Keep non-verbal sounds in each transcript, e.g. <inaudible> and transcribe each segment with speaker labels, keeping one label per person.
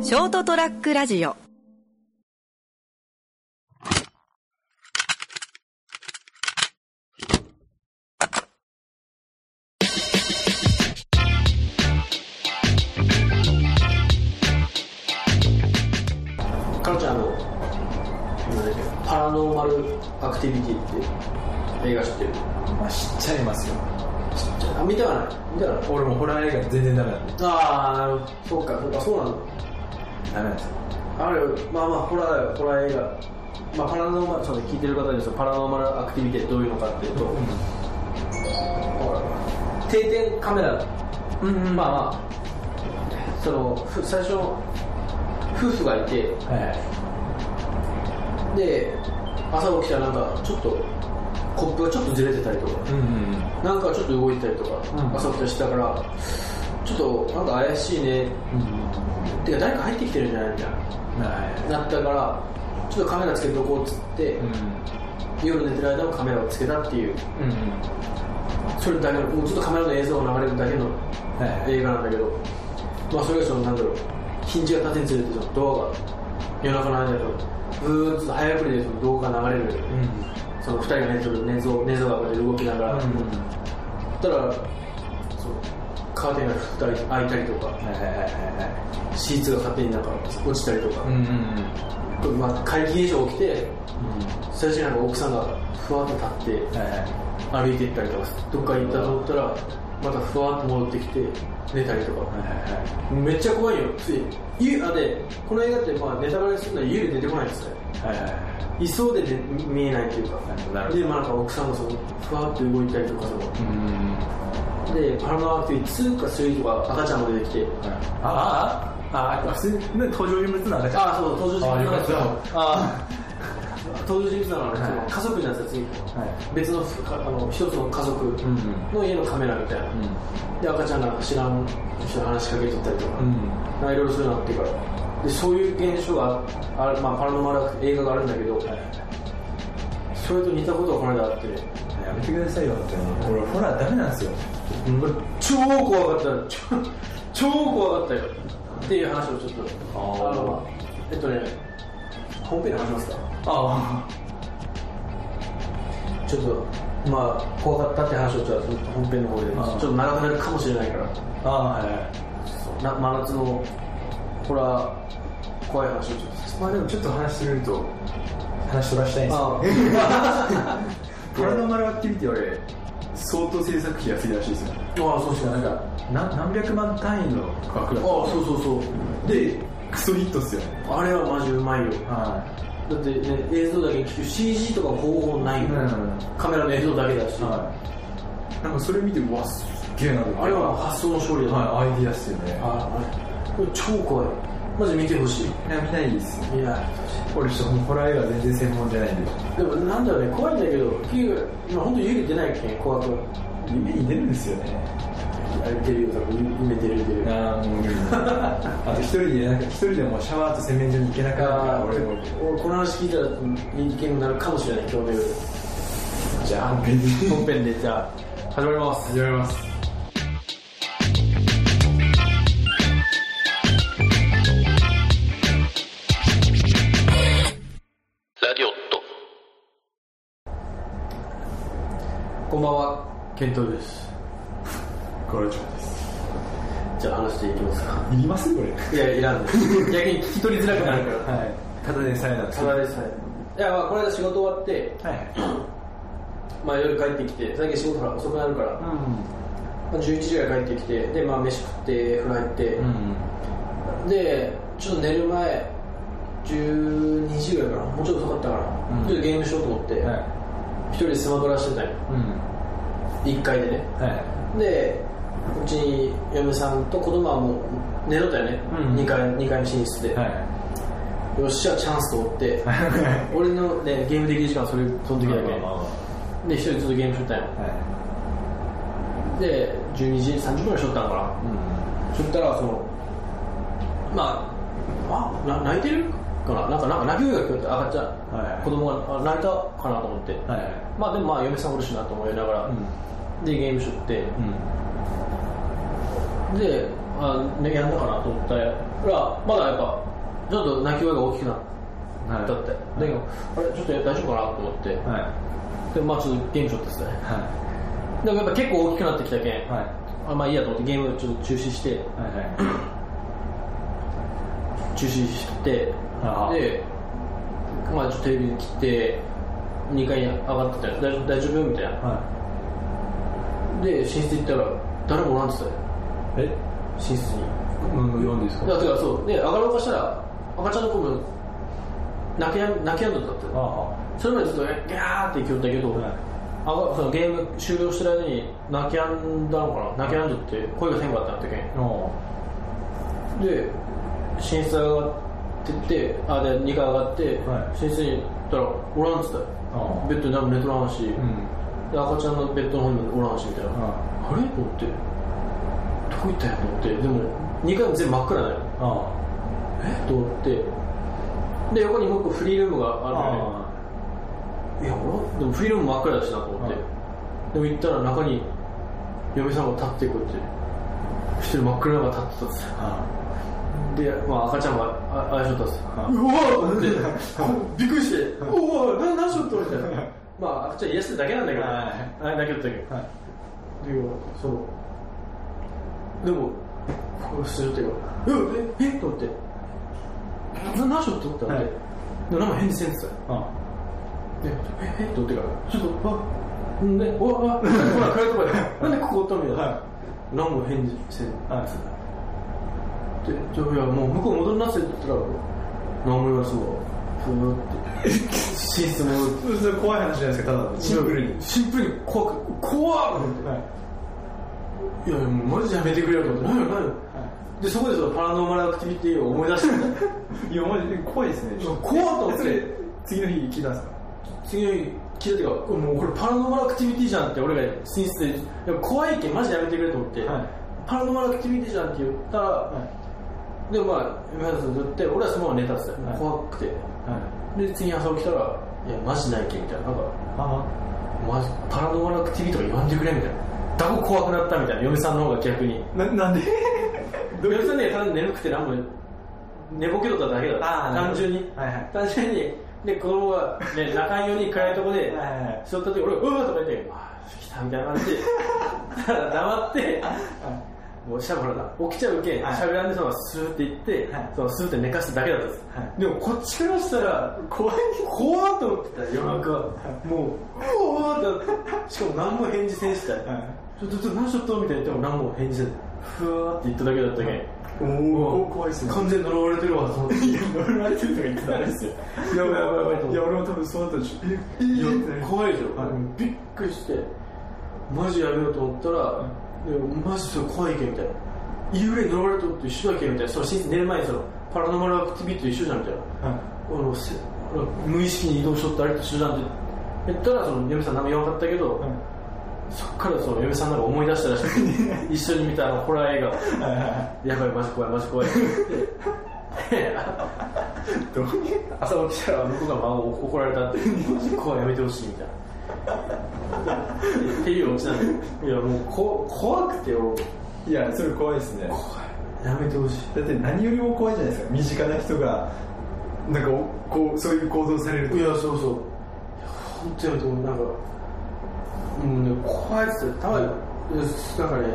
Speaker 1: ショートトラックラジオ
Speaker 2: 母ちゃんのなんだっけパラノーマルアクティビティって映画知ってる
Speaker 3: まあ、知っちゃいますよ。
Speaker 2: あ見てはない見てはない
Speaker 3: 俺もホラー映画全然ダメなんで。
Speaker 2: ああそうかそうかそうなの
Speaker 3: ダメなんですよ。
Speaker 2: あるまあまあホラーだよホラー映画まあパラノーマルその聞いてる方ですとパラノーマルアクティビティってどういうのかっていうと、ほら定点カメラ
Speaker 3: うんうん
Speaker 2: まあまあそのふ最初夫婦がいて
Speaker 3: はいはい。
Speaker 2: で朝起きたらなんかちょっとコップがちょっとずれてたりとか
Speaker 3: うんうんうん。
Speaker 2: なんかちょっと動いたりとか、
Speaker 3: うん
Speaker 2: 朝起きたりしたから、ちょっとなんか怪しいね、てか誰か入ってきてるんじゃないみたい
Speaker 3: は
Speaker 2: な、なったから、ちょっとカメラつけとこうっつって、
Speaker 3: い。
Speaker 2: 夜寝てる間もカメラをつけたっていう、
Speaker 3: うん。うん。
Speaker 2: それだけの、もうちょっとカメラの映像が流れるだけの
Speaker 3: はい
Speaker 2: 映画なんだけど、まあそれがその、なんだろう、ヒンジが縦につれて、そのドアが夜中の間だと、ブーンと早送りでその動画が流れる、その2人が寝てる寝相、寝相がこうやって動きながら。
Speaker 3: うんうん。
Speaker 2: ただそのカーテンが振ったり開いたりとか
Speaker 3: はいはいは
Speaker 2: シーツが勝手になんか落ちたりとか
Speaker 3: いはい。、んうん
Speaker 2: これまあ、怪奇現象起きて最初になんか奥さんがふわっと立っ
Speaker 3: うん。
Speaker 2: て
Speaker 3: はいはい。
Speaker 2: 歩いていったりとかどっか行ったと思ったらまたふわっと戻ってきて寝たりと
Speaker 3: は
Speaker 2: か
Speaker 3: いはいはい。
Speaker 2: めっちゃ怖いよつい家あでこの映画ってまあネタバレするのは家で出てこないんですね
Speaker 3: はいはいはい。
Speaker 2: いそうで、ね、見えないというか
Speaker 3: なるほど
Speaker 2: でまあなんか奥さんがそのふわっと動いたりとかその
Speaker 3: うん。
Speaker 2: でパラノアクティビ2か3とか赤ちゃんも出てきて
Speaker 3: あああ、普通に登場人物の赤ちゃん。
Speaker 2: ああ、そう、登場人物なんですよ
Speaker 3: あよかっ。
Speaker 2: ああ、登場人物なのはね、その
Speaker 3: はい
Speaker 2: 家族じゃないですか、次。
Speaker 3: はい。
Speaker 2: 別のふあの一つの家族
Speaker 3: ん
Speaker 2: の家のカメラみたいな。で、赤ちゃんが知らん人の話しかけとったりとか、
Speaker 3: うん。
Speaker 2: なんかいろいろそういうのあってから。で、そういう現象がああまあ、パラノーマルアクティ映画があるんだけど、それと似たことがこの間あって、
Speaker 3: やめてくださいよ、本当に。俺、ホラーダメなんですよ。
Speaker 2: もう超怖かった。超超怖かったよ。っていう話をちょっと。
Speaker 3: あー
Speaker 2: あの、えっとね、本編で話しますか
Speaker 3: あ
Speaker 2: ちょっとまあ怖かったって話をちょっと本編の方でちょ
Speaker 3: ああ
Speaker 2: っと長くなるかもしれないから
Speaker 3: あ。ああ、はいはい。
Speaker 2: な真夏のホラー怖い話をちょっとさせて
Speaker 3: まあでもちょっと話してみると話そらしたいんです
Speaker 2: あ <laughs>
Speaker 3: けどパラノーマルアクティビティは俺相当制作費安いらしいですよ
Speaker 2: ああそうそう
Speaker 3: なんかな何百万単位の額だ
Speaker 2: ああそうそうそう
Speaker 3: でクソヒットっすよね
Speaker 2: あれはマジうまいよ
Speaker 3: は
Speaker 2: だってね映像だけ聞く CG とか方法ないよ、
Speaker 3: うん
Speaker 2: カメラの映像だけだし、
Speaker 3: はいなんかそれ見てうわすっげえなと思って
Speaker 2: あれはもう発想の勝利だ、
Speaker 3: はいアイディアっすよね
Speaker 2: ああれこれ超怖いマジ見てほしい
Speaker 3: いや見ないですよ
Speaker 2: いや
Speaker 3: 俺ちょっとホラー映画全然専門じゃないんで
Speaker 2: でもなんだろうね怖いんだけど結局今本当湯気出ないけん怖く
Speaker 3: 夢に出るんですよね
Speaker 2: あれ出るよ多分夢出る出る
Speaker 3: あーもう <laughs> 無理あと一人でなんか一人でもうシャワーと洗面所に行けなかったから
Speaker 2: あ
Speaker 3: 俺も
Speaker 2: ー俺この話聞いたらいい意見になるかもしれない今日の夜
Speaker 3: じ <laughs> ゃあ本編に
Speaker 2: 本編でじゃあ始まります
Speaker 3: 始まります
Speaker 2: こんばんはケントです
Speaker 3: ゴロチョです
Speaker 2: じゃあ話していきますか
Speaker 3: いりますこれ
Speaker 2: いやいらんです逆に聞き取りづらくなるから <laughs>
Speaker 3: はいただでさえなんです
Speaker 2: ただでさえいやまあこの間仕事終わって
Speaker 3: はい
Speaker 2: まあ夜帰ってきて最近仕事ほら遅くなるから、まあ、11時ぐらい帰ってきてでまあ飯食って風呂入って、
Speaker 3: うんうん
Speaker 2: でちょっと寝る前12時ぐらいかなもうちょっと遅かったから、
Speaker 3: うん
Speaker 2: ちょっとゲームしようと思って、
Speaker 3: は
Speaker 2: 一人でスマブラしてたんよ
Speaker 3: いうん
Speaker 2: 1階でね
Speaker 3: は
Speaker 2: でうちに嫁さんと子供はもう寝とったよね、
Speaker 3: うん
Speaker 2: 2階2階の寝室で、
Speaker 3: いはい
Speaker 2: よっしゃチャンスと思
Speaker 3: <laughs>
Speaker 2: って俺の、ね、ゲームできる時間はそれその時だけ、
Speaker 3: まあまあま
Speaker 2: で一人でちょっとゲームしとったんよ
Speaker 3: あは
Speaker 2: で12時30分ぐらいしとったのか
Speaker 3: い
Speaker 2: な
Speaker 3: うん
Speaker 2: そしたらそのまああな泣いてるかななんかなんか泣き声が聞こえて赤ちゃん、
Speaker 3: はい
Speaker 2: 子供があ泣いたかなと思って、
Speaker 3: はい
Speaker 2: まあでもまあ嫁さんおるしなと思いながら、
Speaker 3: うん
Speaker 2: でゲームしとって、
Speaker 3: うん
Speaker 2: であねやんだかなと思ったらまだやっぱちょっと泣き声が大きくなっ
Speaker 3: は
Speaker 2: た
Speaker 3: い
Speaker 2: って、だけどあれちょっと大丈夫かなと思って、
Speaker 3: はい
Speaker 2: でまあちょっとゲームしようって言ってたね
Speaker 3: は
Speaker 2: でもやっぱ結構大きくなってきたけん、
Speaker 3: いはい
Speaker 2: あまあいいやと思ってゲームちょっと中止して
Speaker 3: はいはい
Speaker 2: 中止して
Speaker 3: ああ
Speaker 2: でまあちょっとテレビに切って2階に上がってたよ大丈夫大丈夫みたいな
Speaker 3: は
Speaker 2: で寝室行ったら誰もおらんって言って
Speaker 3: いえ
Speaker 2: たよ寝室に
Speaker 3: うん読んでいいです
Speaker 2: だから
Speaker 3: か
Speaker 2: てかそうで上がろうとしたら赤ちゃんの子も泣きやん泣きやんだったって
Speaker 3: あ
Speaker 2: それまでずっとねギャーって言きよったけど、
Speaker 3: はい
Speaker 2: あがそのゲーム終了してる間に泣きやんだのかな泣きやんどって声がせんかったんだけん
Speaker 3: あお
Speaker 2: で寝室上がってってあで2階上がって、
Speaker 3: は
Speaker 2: 寝室に行ったらおらんっつったよ
Speaker 3: あ
Speaker 2: ベッドに何も寝とらんし、
Speaker 3: うん
Speaker 2: で赤ちゃんのベッドの方にもおらんしみたいな、
Speaker 3: あ
Speaker 2: あれと思ってどこ行ったんやと思ってでも2階も全部真っ暗だよ
Speaker 3: あ
Speaker 2: えと思ってで横にもう一個フリールームがあるんだよねいや俺でもフリールーム真っ暗だしなと思って、
Speaker 3: う
Speaker 2: でも行ったら中に嫁さんが立ってこうやって一人真っ暗なのが立ってたんですよ
Speaker 3: あ
Speaker 2: で、まあ、赤ちゃんがああやしょったんですよ
Speaker 3: あ
Speaker 2: うわー
Speaker 3: <laughs>
Speaker 2: ってびっくりして「おお何しよった?」みたいなまあ赤ちゃん癒してるだけなんだけど、
Speaker 3: はい
Speaker 2: あれだけだったけど
Speaker 3: あはい
Speaker 2: でもそうでもこうしよってようんええっと思ってな何しようと思ったんで、
Speaker 3: はい
Speaker 2: でもなんか返事せんってたよ
Speaker 3: あ
Speaker 2: でええっと思ってからちょっとあんでおわあほら暗いとこやなんでここおったんや、
Speaker 3: は
Speaker 2: 何も返事せんで
Speaker 3: あそう
Speaker 2: じゃあいやもう向こう戻りなさいって言ったら何も言わずもふーって寝室戻って
Speaker 3: だそれ怖い話じゃないですかただのシンプルに
Speaker 2: シンプルに怖く怖っと思って
Speaker 3: はい
Speaker 2: いやもうマジでやめてくれよと思って何よ何よでそこでそのパラノーマルアクティビティを思い出して
Speaker 3: いやマジで怖いですね
Speaker 2: 怖っと思っ
Speaker 3: それ
Speaker 2: て
Speaker 3: 次の日聞いたんですか
Speaker 2: 次の日聞いた時はもうこれパラノーマルアクティビティじゃんって俺が寝室でいや怖いけんマジでやめてくれと思って、
Speaker 3: はい
Speaker 2: パラノーマルアクティビティじゃんって言ったら、でまあ今田さんと言って俺はそのまま寝たんですよ、
Speaker 3: はい
Speaker 2: 怖くて
Speaker 3: はい
Speaker 2: で次の朝起きたらいやマジないけんみたいななんか
Speaker 3: あ
Speaker 2: マジパラノーマルアクティビティとか言わんでくれみたいなだこ怖くなったみたいな嫁さんの方が逆に
Speaker 3: ななんでどうい
Speaker 2: 嫁
Speaker 3: う
Speaker 2: さんねただ眠くて何も寝ぼけとっただけだ
Speaker 3: あーな
Speaker 2: 単
Speaker 3: るほど
Speaker 2: 純に
Speaker 3: はいはい
Speaker 2: 単純にで子供がね泣かんように暗いとこで
Speaker 3: はいはいはい
Speaker 2: 座った時俺がうわーとか言ってああ来たみたいな感じで <laughs> ただ黙ってもうしたらほら起きちゃうけん
Speaker 3: はい
Speaker 2: 喋らんでそのままスーって行って、
Speaker 3: はい
Speaker 2: そのスーって寝かしただけだったんです、
Speaker 3: は
Speaker 2: でもこっちからしたら
Speaker 3: 怖い
Speaker 2: 怖っと思ってた夜中もううわーってなってしかも何も返事せんしたちょっとちょっと何しょっとみたいに言っても何も返事せんふわーって言っただけだったけん
Speaker 3: お
Speaker 2: う
Speaker 3: お
Speaker 2: わ
Speaker 3: 怖いっすね
Speaker 2: 完全に呪われてるわと思って
Speaker 3: いや呪われてるとか言ってたんですよやばいやばいやばいいや俺も多分そうだったでしょえ
Speaker 2: いや怖いでしょ、
Speaker 3: はい
Speaker 2: びっくりしてマジやめようと思ったら、でもマジそれ怖いけんみたいな幽霊呪われとると一緒やけんみたいなその寝寝る前にそのパラノーマルアクティビティと一緒じゃんみたいな
Speaker 3: は
Speaker 2: あのせあの無意識に移動しとってあれと一緒じゃんって言ったらその嫁さん何も言わなかったけど、
Speaker 3: い
Speaker 2: そっからその嫁さんなんか思い出したらしくて一緒に見たあのホラー映画を
Speaker 3: はいは
Speaker 2: やばいマジ怖いマジ怖いって言って
Speaker 3: いどういう
Speaker 2: 朝起きたら向こうがまあ怒られたっていう怖いやめてほしいみたいなっていうオチなんだけどいやもうこ怖くてよ
Speaker 3: いやそれ怖いですね
Speaker 2: やめてほしい
Speaker 3: だって何よりも怖いじゃないですか身近な人がなんかおこうそういう行動されると
Speaker 2: いやそうそういや本当やめてほしいなんかもうね怖いっすよたまになんかね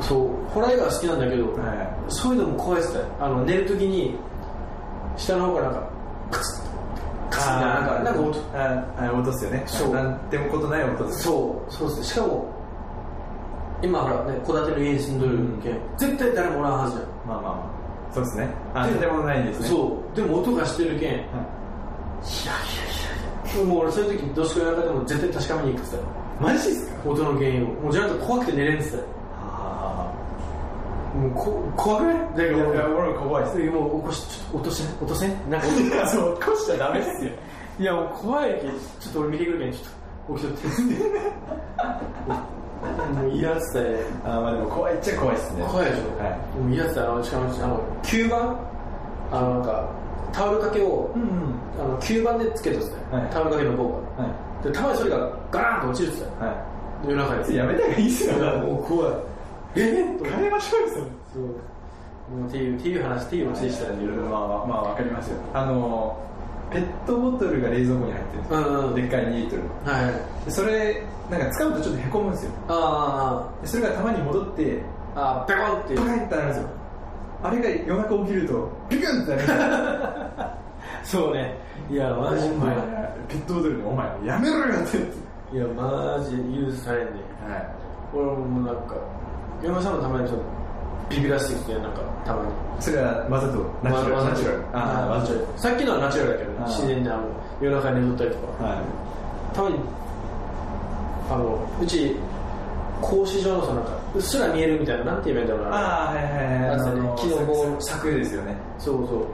Speaker 2: そうホラー映画は好きなんだけど、
Speaker 3: は
Speaker 2: そういうのも怖いっすねあの寝るときに下の方がなんかカツッカツッみたいななんかなんか音
Speaker 3: ああ音っすよね
Speaker 2: そう
Speaker 3: なんてもことない音です
Speaker 2: そうそうですねしかも今ほらね戸建ての家に住んどるけん、絶対誰もおらんはずじゃん、
Speaker 3: まあまあまあそうですねあ
Speaker 2: で
Speaker 3: 建物ないですねう
Speaker 2: そうでも音がしてるけんいやいやいやもう俺そういう時どうしようやらかでも絶対確かめに行くって言って
Speaker 3: マジっすか
Speaker 2: たよ音の原因をもうじゃないと怖くて寝れんって言って
Speaker 3: あ
Speaker 2: たよもうこ怖くないだけ
Speaker 3: あい
Speaker 2: ど
Speaker 3: やいや俺も怖いっすね
Speaker 2: 俺もう起こしちょっと落とせん落とせん <laughs> なんか
Speaker 3: いや <laughs> そう起こしちゃダメっすよ
Speaker 2: いやもう怖いけんちょっと俺見てくるけんちょっと起きとってもう嫌っつったよね
Speaker 3: <laughs> ああまあでも怖いっちゃ怖いっすね
Speaker 2: 怖いでしょ、
Speaker 3: は
Speaker 2: もう嫌っつったらあのしかもあの吸盤あのなんかタオル掛けを、
Speaker 3: うんうん
Speaker 2: あの吸盤でつけとってたよ、
Speaker 3: はい
Speaker 2: タオル掛けの棒が
Speaker 3: は
Speaker 2: でたまにそれがガランと落ちるっつったよ
Speaker 3: いは
Speaker 2: 夜中
Speaker 3: いそれ
Speaker 2: に
Speaker 3: やめた方がいいっすよ
Speaker 2: いやもう怖いえーと思って
Speaker 1: 変えましょうよ、それ。
Speaker 2: そうもうっていうっていう話っていう話でしたねいろいろ
Speaker 3: まあまあまあわかりますよあのペットボトルが冷蔵庫に入ってるんですよ
Speaker 2: うんうん
Speaker 3: でっかい2リットルの
Speaker 2: はいはい
Speaker 3: でそれなんか使うとちょっとへこむんですよ
Speaker 2: あ
Speaker 3: でそれがたまに戻って
Speaker 2: ーあーあーあペコンってい
Speaker 3: バカ
Speaker 2: う
Speaker 3: ンってなるんですよあれが夜中起きるとビクンってなるんですよ
Speaker 2: そうねいやマジ
Speaker 3: お
Speaker 2: うま
Speaker 3: 前
Speaker 2: い
Speaker 3: ペットボトルにお前やめろよって言って
Speaker 2: いやマジ許されんね
Speaker 3: は
Speaker 2: 俺もなんか嫁さんもたまにちょっとビビらしてきてなんかたまに
Speaker 3: いそれはわざとナチュラル
Speaker 2: わわざと
Speaker 3: ああ
Speaker 2: あー
Speaker 3: わざと
Speaker 2: さっきのはナチュラルだけど
Speaker 3: あー
Speaker 2: 自然にあの夜中に寝とったりとか
Speaker 3: は
Speaker 2: たまにあのうち格子状のさなんかうっすら見えるみたいななんて言えばいいんだろう
Speaker 3: い
Speaker 2: な
Speaker 3: ああはいはいはい
Speaker 2: あとね
Speaker 3: の
Speaker 2: キノコ
Speaker 3: さ柵ですよね
Speaker 2: そうそう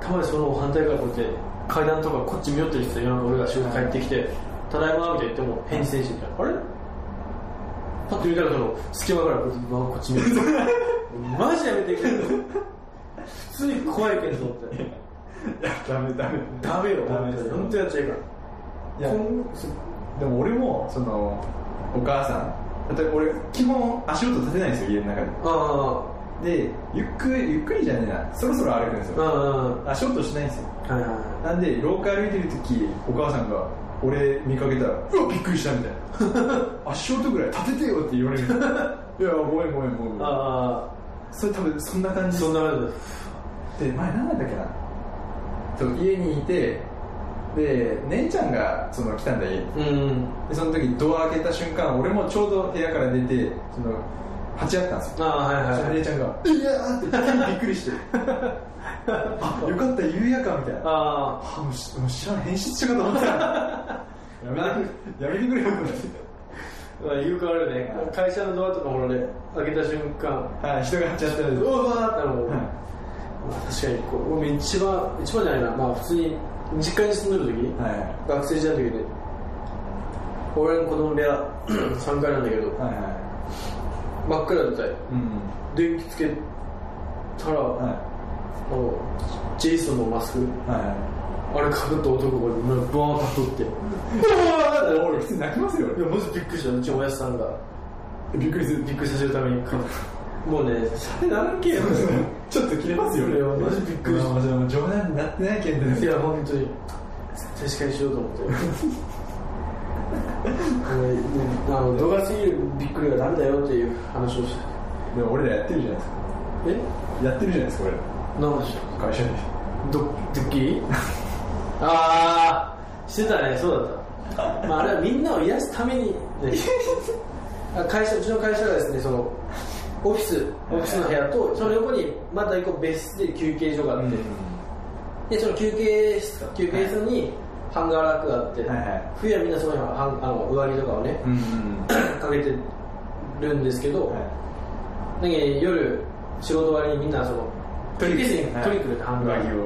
Speaker 2: たまにその反対からこうやって階段とかこっち見よってる人夜中俺が仕事帰ってきて「ただいま」みたいな言っても返事せんしみたいなあれパッと見たらその隙間からこうやってこっち見るマジやめてくれよ普通に怖いけんと思って
Speaker 3: いやダメダメ
Speaker 2: ダメよ
Speaker 3: ダメですよ
Speaker 2: 本当やっちゃいかん
Speaker 3: いや
Speaker 2: こんそ
Speaker 3: でも俺もそのお母さん例えば俺基本足音立てないんですよ家の中
Speaker 2: あ
Speaker 3: ででゆっくりゆっくりじゃねえなそろそろ歩くんです
Speaker 2: あああ
Speaker 3: よ
Speaker 2: あ
Speaker 3: 足音しないんですよ
Speaker 2: あはいはいはい
Speaker 3: なんで廊下歩いてる時お母さんが俺見かけたら「うわびっくりした」みたい <laughs> な「足音ぐらい立ててよ」って言われる <laughs> いやごめんごめんごめんごめん
Speaker 2: あ
Speaker 3: それ多分そんな感
Speaker 2: あ
Speaker 3: じ
Speaker 2: そんな感じで
Speaker 3: で前何だったっけなそう家にいてで姉ちゃんがその来たんだ家に
Speaker 2: すうん
Speaker 3: でその時ドア開けた瞬間俺もちょうど部屋から出てその鉢合ったんですよ
Speaker 2: ああはい
Speaker 3: そ
Speaker 2: はい
Speaker 3: の
Speaker 2: はい
Speaker 3: 姉ちゃんが「いや!」って急にびっくりして <laughs> あよかった夕やかみたいな
Speaker 2: あ
Speaker 3: あもうしもう知らん変質したかと思ったやめてくれやめてくれよと思って
Speaker 2: あまあ言う変わるね会社のドアとかも俺開けた瞬間
Speaker 3: はい人が入っちゃったら
Speaker 2: うわーってなるもん、
Speaker 3: はい
Speaker 2: 確かにこう俺一番一番じゃないなまあ普通に実家に住んでる時、
Speaker 3: は
Speaker 2: 学生時代の時で俺の子供部屋 <clears throat> 3階なんだけど
Speaker 3: いはいは
Speaker 2: 真っ暗だったよ
Speaker 3: いうん
Speaker 2: 電気つけたら、
Speaker 3: は
Speaker 2: あのジェイソンのマスク
Speaker 3: いは
Speaker 2: あれかぶった男が今バーンと立っとって
Speaker 3: い俺普通泣きますよ
Speaker 2: いやまずびっくりしたうちのおやつさんが
Speaker 3: 俺びっくりする
Speaker 2: びっくりさせるためにかぶったもうねさてならんけよ
Speaker 3: ちょっと切れますよ
Speaker 2: いやマジびっくりした
Speaker 3: まあまあ冗談になってないけん
Speaker 2: いや本当に絶対司会しようと思ってはいであの度が過ぎるびっくりはダメだよっていう話をして
Speaker 3: でも俺らやってるじゃないですか
Speaker 2: え
Speaker 3: やってるじゃないですか俺ら
Speaker 2: 何でし
Speaker 3: 会社で
Speaker 2: たドドッキリああしてたねそうだった、まあ、あれはみんなを癒すために、ね、あ会社うちの会社はですねそのオフィスオフィスの部屋とその横にまた一個別室で休憩所があって、でその休憩室か休憩室にハンガーラックがあって、
Speaker 3: はいはい
Speaker 2: 冬はみんなその辺はハンあの上着とかをね、
Speaker 3: うんうん
Speaker 2: かけてるんですけど、だけど夜仕事終わりにみんなその休憩室に取りに来るってハンガ
Speaker 3: 上着
Speaker 2: ー
Speaker 3: を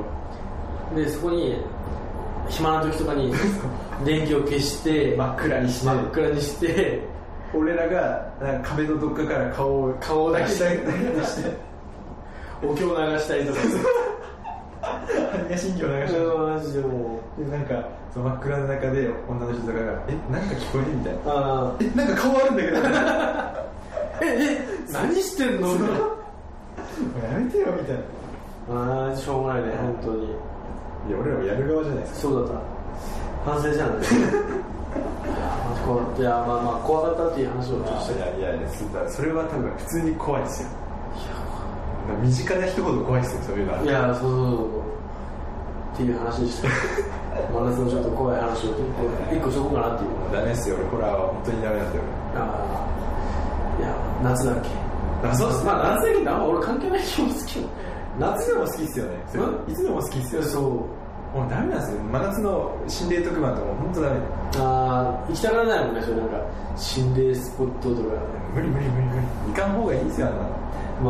Speaker 2: をでそこに暇な時とか
Speaker 3: <laughs>
Speaker 2: に電気を消して
Speaker 3: 真っ暗にして
Speaker 2: 真っ暗にして
Speaker 3: 俺らがなんか壁のどっかから顔を
Speaker 2: 顔を出したり
Speaker 3: して
Speaker 2: お経を流したりとか
Speaker 3: 般若心経流して
Speaker 2: うん <laughs> マジでもう
Speaker 3: でなんかその真っ暗の中で女の人とかが「えなんか聞こえる?」みたいな
Speaker 2: あ
Speaker 3: 「えなんか顔あるんだけど」
Speaker 2: あええ何してんのみたい
Speaker 3: もうやめてよ」みたいな
Speaker 2: なあーしょうがないね本当に
Speaker 3: いや俺らもやる側じゃないですか
Speaker 2: そうだった反省じゃないこういやまあまあ怖かったっていう話をちょっとして
Speaker 3: いやいやいやそれは多分普通に怖いですよ身近な一言怖いですよそういうのはい
Speaker 2: やそうそうそうそうっていう話でした真夏のちょっと怖い話を一個しとこうかなっていう
Speaker 3: ダメですよ俺ホラーは本当にダメなんだよ
Speaker 2: ああいや夏だっけ
Speaker 3: あそうっすね
Speaker 2: まあ夏だけどあんま俺関係ない気もするけど夏
Speaker 3: 夏で
Speaker 2: でも
Speaker 3: も好きっすよねそ
Speaker 2: うん
Speaker 3: れいつでも好きっすよ
Speaker 2: そう
Speaker 3: もうダメなんですよ真夏の心霊特番とかも本当ダメ
Speaker 2: ああ行きたがらないもんねそれなんか心霊スポットとか
Speaker 3: 無理無理無理無理行かん方がいいですよあんなの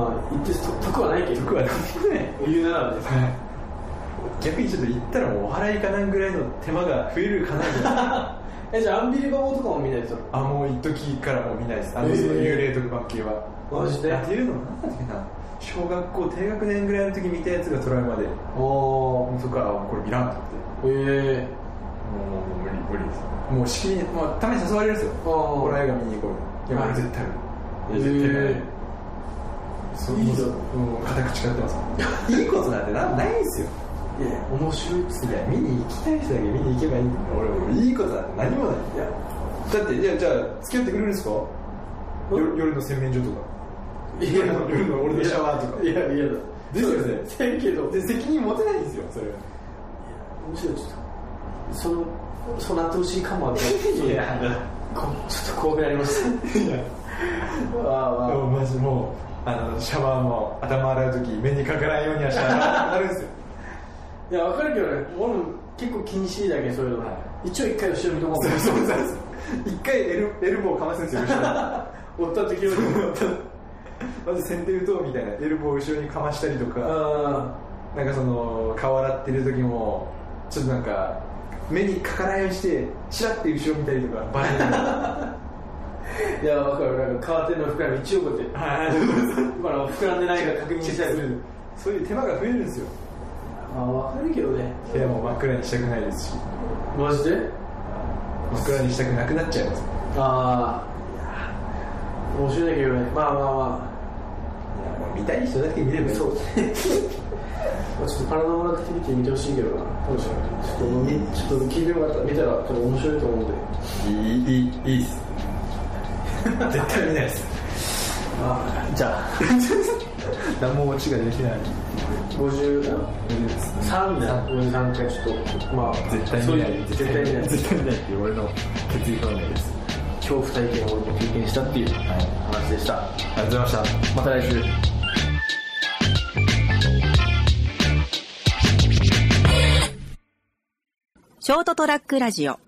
Speaker 2: まあ行ってと得はない <laughs> けど
Speaker 3: 特はね
Speaker 2: 言うならね
Speaker 3: 逆にちょっと行ったらもうお払いかなんぐらいの手間が増えるかなぐらい
Speaker 2: えじゃあアンビリバボーとかも見ないと <laughs>
Speaker 3: あもう一時からもう見ないですあの
Speaker 2: えー
Speaker 3: その幽霊特番系は
Speaker 2: マジで
Speaker 3: あっていうのもなんだっけな小学校低学年ぐらいの時見たやつがトラウマで
Speaker 2: おー
Speaker 3: そこからこれ見らんと思って
Speaker 2: え
Speaker 3: もうもうもう無理無理ですもうしきりに、まあ、たまに誘われるんですよ
Speaker 2: あー
Speaker 3: ホラー映画見に行こうよいや
Speaker 2: はい
Speaker 3: 俺絶対無理い
Speaker 2: へー
Speaker 3: や絶対無理そ
Speaker 2: いいぞ
Speaker 3: もう片口買ってます <laughs> いいことなんてなないんですよ
Speaker 2: いやいや面白いっす
Speaker 3: いや見に行きたい人だけ見に行けばいいんだよ俺もういいことなんて何もないいやだっていやじゃあ付き合ってくれるんですかよ夜の洗面所とか
Speaker 2: い
Speaker 3: 夜の夜の俺のシャワーとか
Speaker 2: いやいやだ
Speaker 3: ですよね
Speaker 2: せんけど
Speaker 3: で責任持てないんですよそれは
Speaker 2: むしろちょっとそのそうなってほしいかもいこちょっと怖くなりまし
Speaker 3: いや
Speaker 2: たわあ
Speaker 3: もうマジもうあのシャワーも頭洗う時目にかからんようにはシャワーあるん <laughs> ですよ
Speaker 2: いや分かるけどね俺も結構気にしいだけそういうの、
Speaker 3: は
Speaker 2: 一応一回後ろ見とこう
Speaker 3: そうそうそうそう一回エルエルボーかますんですよ後ろ
Speaker 2: <laughs> 追った時より
Speaker 3: にまず先手打とうみたいなエルボーを後ろにかましたりとか
Speaker 2: あ
Speaker 3: なんかその顔洗ってる時もちょっとなんか目にかからないようにしてチラッて後ろ見たりとかバレる <laughs>
Speaker 2: ーいや分かるなんかカーテンの膨らみ一応こうやって
Speaker 3: はい
Speaker 2: <laughs> ほら膨らんでないか確認したりする
Speaker 3: そういう手間が増えるんですよ
Speaker 2: まあ分かるけどね
Speaker 3: 部屋も真っ暗にしたくないですし
Speaker 2: マジで
Speaker 3: 真っ暗にしたくなくなっちゃいます
Speaker 2: ああ面白いけどねまあまあま
Speaker 3: いやもう見たい人だけ見れば
Speaker 2: あ
Speaker 3: い
Speaker 2: <laughs>
Speaker 3: い
Speaker 2: そうねちょっとパラノーマルアクティビティ見てほしいけどなどうしようちょっと見ちょっと聞いてよかったら見たらちょっと面白いと思うんで
Speaker 3: いいいいいいっす <laughs> 絶対見ないっす
Speaker 2: ああじゃあ
Speaker 3: 何もオチができない
Speaker 2: 50三だよ。うん、なんかちょっと、まあ、
Speaker 3: 絶対
Speaker 2: そう
Speaker 3: 見
Speaker 2: い
Speaker 3: ない。
Speaker 2: う絶対見ない。
Speaker 3: 絶対見ないっていう俺の決意表明です。
Speaker 2: 恐怖体験を俺も経験したっていう話でした。
Speaker 3: ありがとうございました。
Speaker 2: また来週。
Speaker 1: ショートトラックラジオ